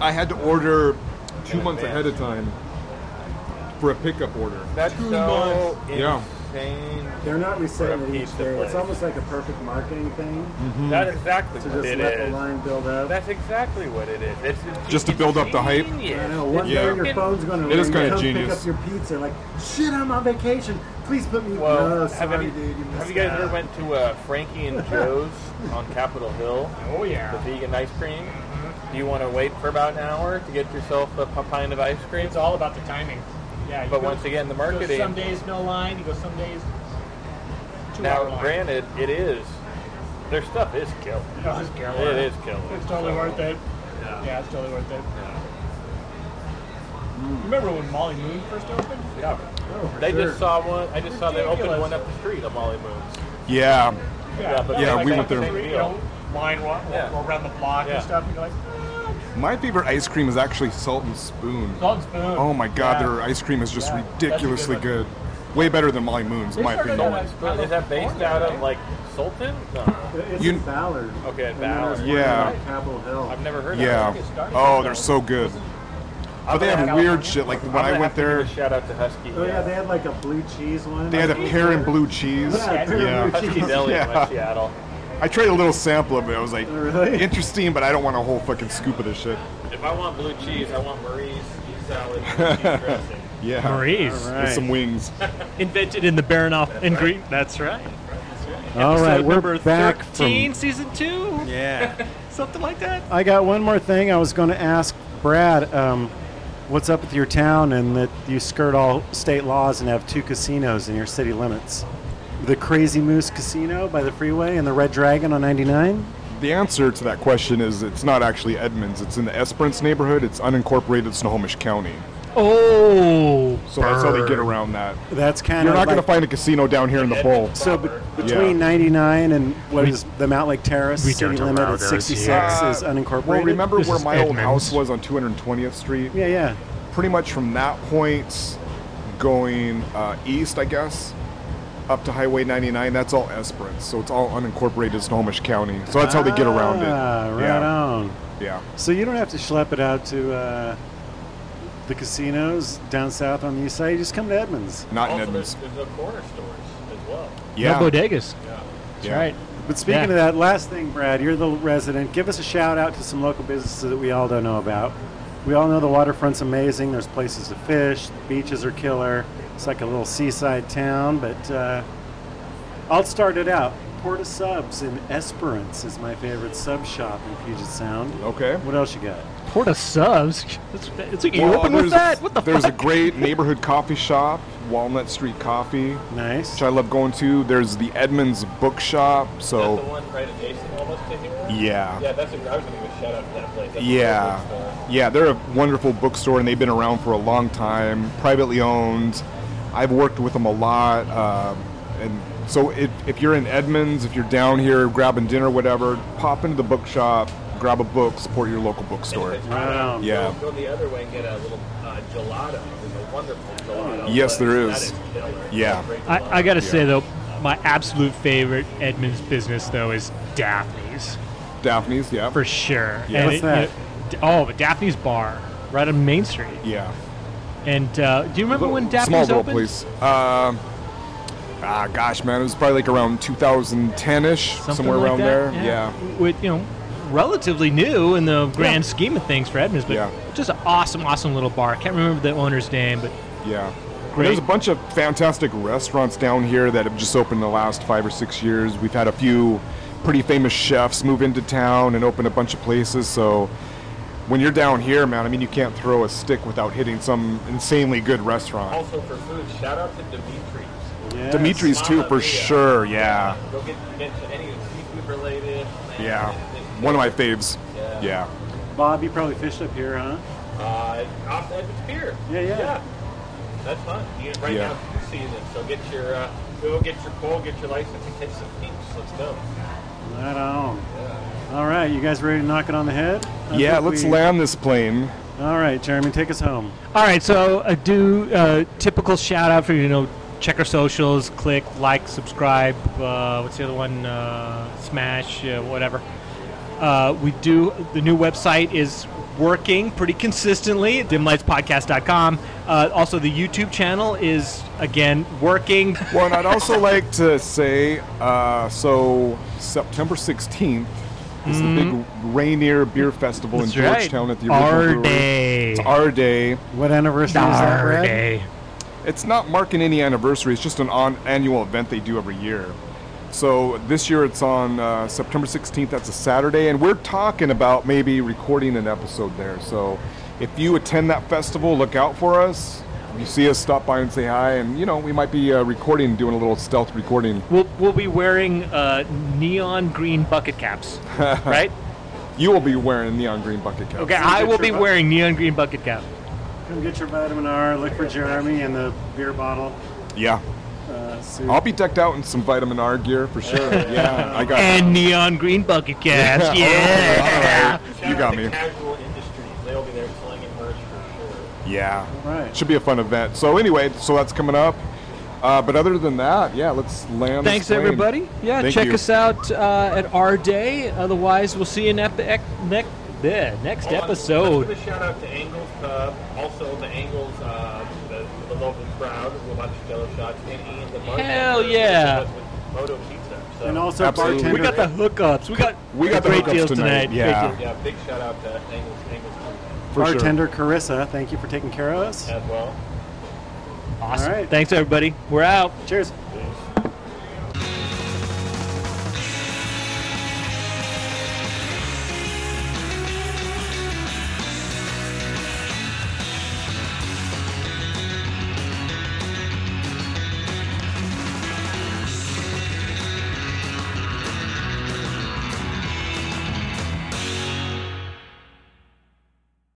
I had to order two months ahead of time for a pickup order.
That's so
Yeah.
insane.
They're not resetting it each
pizza
day. It's
place.
almost like a perfect marketing thing
That's exactly
to just let the line build up.
That's exactly what it is. It's
Just to build up the hype?
genius.
I know. One
Yeah.
day your phone's going to
It
ring.
is kinda
Come pick
genius.
up your pizza. Like, shit, I'm on vacation. Please put me.
Well,
no,
have,
sorry,
any-
dude. You
have you
missed
guys
out.
ever went to uh, Frankie and Joe's on Capitol Hill?
Oh
The
yeah.
vegan ice cream. Do you want to wait for about an hour to get yourself a p- pint of ice cream?
It's all about the timing. Yeah. you
But
go-
once again, the
you go Some
marketing.
days no line. You go some days. Two hour
Now,
line.
granted, it is their stuff is killer.
No, it's terrible.
It is killer.
It's totally
so-
worth it. Yeah. it's totally worth it. Remember when Molly Moon first opened?
Yeah. They just saw one. I just saw they opened
Ridiculous.
one up the street at Molly Moon's.
Yeah.
but
Yeah,
like
we
that
went there.
same
You
deal.
know, line wa-
Yeah.
or around the block
Yeah.
and stuff. And you're like, "Ah,
My favorite ice cream is actually Salt and Spoon.
salt and spoon.
Oh my god,
Yeah.
their ice cream is just
Yeah, that's a good
ridiculously
one.
good. Way better than Molly Moon's, in my
started
opinion.
that as-
But is that based out of like Sultan? No.
It's
You-
in Ballard.
Okay,
And then
Ballard.
there's one
Yeah.
on Capitol Hill.
I've never heard
Yeah.
of it.
Oh, they're so good. But they have weird shit. Like when
I'm gonna
I went
have to give
there,
a shout out to Husky.
Oh yeah, they had like a blue cheese one.
they had a pear and blue cheese.
Yeah, pear and
Yeah.
blue
Husky
cheese.
Deli in
Yeah.
West Seattle.
I tried a little sample of it. I was like,
Really?
interesting, but I don't want a whole fucking scoop of this shit.
If I want blue cheese, I want Marie's cheese salad with cheese dressing.
Yeah.
Maurice.
All right.
With some wings.
Invented in the Baranoff in Greek. That's right.
All right,
Episode
we're
number
back
13, season 2. Yeah. Something like that.
I got one more thing I was going to ask Brad. Um, what's up with your town and that you skirt all state laws and have two casinos in your city limits? The Crazy Moose Casino by the freeway and the Red Dragon on 99.
The answer to that question is it's not actually Edmonds. It's in the Esperance neighborhood. It's unincorporated Snohomish County.
Oh.
So that's how they get around that.
That's kind
You're
of
not going
like-
to find a casino down here in the bowl.
So be- between
Yeah.
99 and what
We-
is the Mount Lake Terrace
we
city
don't
limit
allow
at
those
66
here.
is unincorporated.
Well, remember
This
where
is
my old
Edmonds.
house was on 220th Street?
Yeah, yeah.
Pretty much from that point going uh, east, I guess, up to Highway 99, that's all Esperance. So it's all unincorporated Snohomish County. So that's how they get around it.
Ah, Right
yeah.
on.
Yeah.
So you don't have to schlep it out to uh, the casinos down south on the east side. You just come to Edmonds.
Not in
Also, there's,
Edmonds.
there's no corner stores as well.
Yeah.
No bodegas. That's
Yeah.
right.
But speaking
Yeah.
of that, last thing, Brad, you're the resident. Give us a shout out to some local businesses that we all don't know about. We all know the waterfront's amazing. There's places to fish. Beaches are killer. It's like a little seaside town. But uh, I'll start it out. Porta Subs in Esperance is my favorite sub shop in Puget Sound.
Okay.
What else you got?
Porta subs. That's, that's, you
Well,
open with
there's-
that? What the
There's
fuck?
a great neighborhood coffee shop, Walnut Street Coffee,
Nice.
which I love going to. There's the Edmonds Bookshop.
Is that
So
the one right adjacent almost to here?
yeah.
Yeah, that's a, I was going to give a shout out to that place. That's a great bookstore.
Yeah, yeah, they're a wonderful bookstore, and they've been around for a long time. Privately owned. I've worked with them a lot, um, and so if, if you're in Edmonds, if you're down here grabbing dinner, whatever, pop into the bookshop, grab a book, support your local bookstore.
Wow.
Yeah.
Go the other way and get a little uh, gelato. There's a wonderful gelato.
Yes,
place.
there
That
is.
killer.
Yeah.
Great gelato.
I, I gotta say though, my absolute favorite Edmonds business though is Daphne's
Daphne's, yeah,
for sure.
Yeah.
And
What's
you
that?
know, D- oh, but Daphne's Bar right on Main Street.
yeah.
And uh, do you remember when
Little-
Daphne's
small little
opened?
place. Um, ah, gosh, man, it was probably like around 2010-ish,
Something
somewhere
like
around
that,
there.
With you know, relatively new in the grand scheme of things for Edmonds, but
Yeah.
just an awesome, awesome little bar. I can't remember the owner's name, but
Yeah.
Great.
There's a bunch of fantastic restaurants down here that have just opened in the last five or six years. We've had a few pretty famous chefs move into town and open a bunch of places. So when you're down here, man, I mean, you can't throw a stick without hitting some insanely good restaurant.
Also for food, shout out to Dimitri's.
Yes.
Dimitri's, too, for
Mama Mia.
sure. Yeah.
Go get mention any seafood related. man,
Yeah.
it's-
One of my faves.
Yeah.
Yeah.
Bob, you probably fished up here, huh?
Uh, off Edmonds Pier.
Yeah, yeah.
That's fun. You, right
Yeah.
now it's the season, so get your uh, go get your pole, get your license, and catch some peeps. Let's go.
Right on. All right, you guys ready to knock it on the head? I
Yeah,
think
let's
we-
land this plane.
All right, Jeremy, take us home.
All right, so uh, do uh, typical shout out for you know check our socials, click like, subscribe. Uh, what's the other one? Uh, smash, uh, whatever. Uh, we do the new website is working pretty consistently. Dimlightspodcast.com. Uh, also, the YouTube channel is again working.
Well, and I'd also like to say uh, so September 16th is the big Rainier Beer Festival
Mm-hmm. That's
in
right.
Georgetown at the original
Our
brewery.
day.
It's our day.
What anniversary is that,
Our
Brad?
day.
It's not marking any anniversary, it's just an on- annual event they do every year. So this year it's on uh, September 16th, that's a Saturday, and we're talking about maybe recording an episode there. So if you attend that festival, look out for us. If you see us, stop by and say hi, and you know, we might be uh, recording, doing a little stealth recording.
We'll, we'll be wearing uh, neon green bucket caps, right?
You will be wearing neon green bucket cap.
Okay, I will be wearing neon green bucket cap.
Come get your vitamin R. Look for Jeremy and the beer bottle.
Yeah.
Uh, suit.
I'll be decked out in some vitamin R gear for sure. yeah, I got
and neon green bucket caps.
Yeah.
Yeah.
All right.
Shout
You
out
got
to
me.
Casual Industries. They'll be there slinging merch for sure.
Yeah.
All right.
Should be a fun event. So anyway, so that's coming up. Uh, but other than that, yeah, let's land. this
Thanks
plane.
everybody. Yeah,
Thank
check
you.
us out uh, at our day. Otherwise, we'll see you in ep- ec- nec- bleh, next
Hold on,
episode.
Let's give a shout out to Angles Pub, also the Angles, uh, the, the local crowd, with a bunch of jello shots, and Ian the bartender.
Hell yeah.
With Moto Pizza. So,
and also
Absolutely.
bartender.
we got the hookups. We got
We got the
great
hookups
deals
tonight.
tonight.
Yeah.
Great deals.
yeah, big shout out to Angles, Angles Pub
For sure.
bartender Carissa. Thank you for taking care of us.
as well.
Awesome.
All right.
Thanks everybody. We're out.
Cheers.
Peace.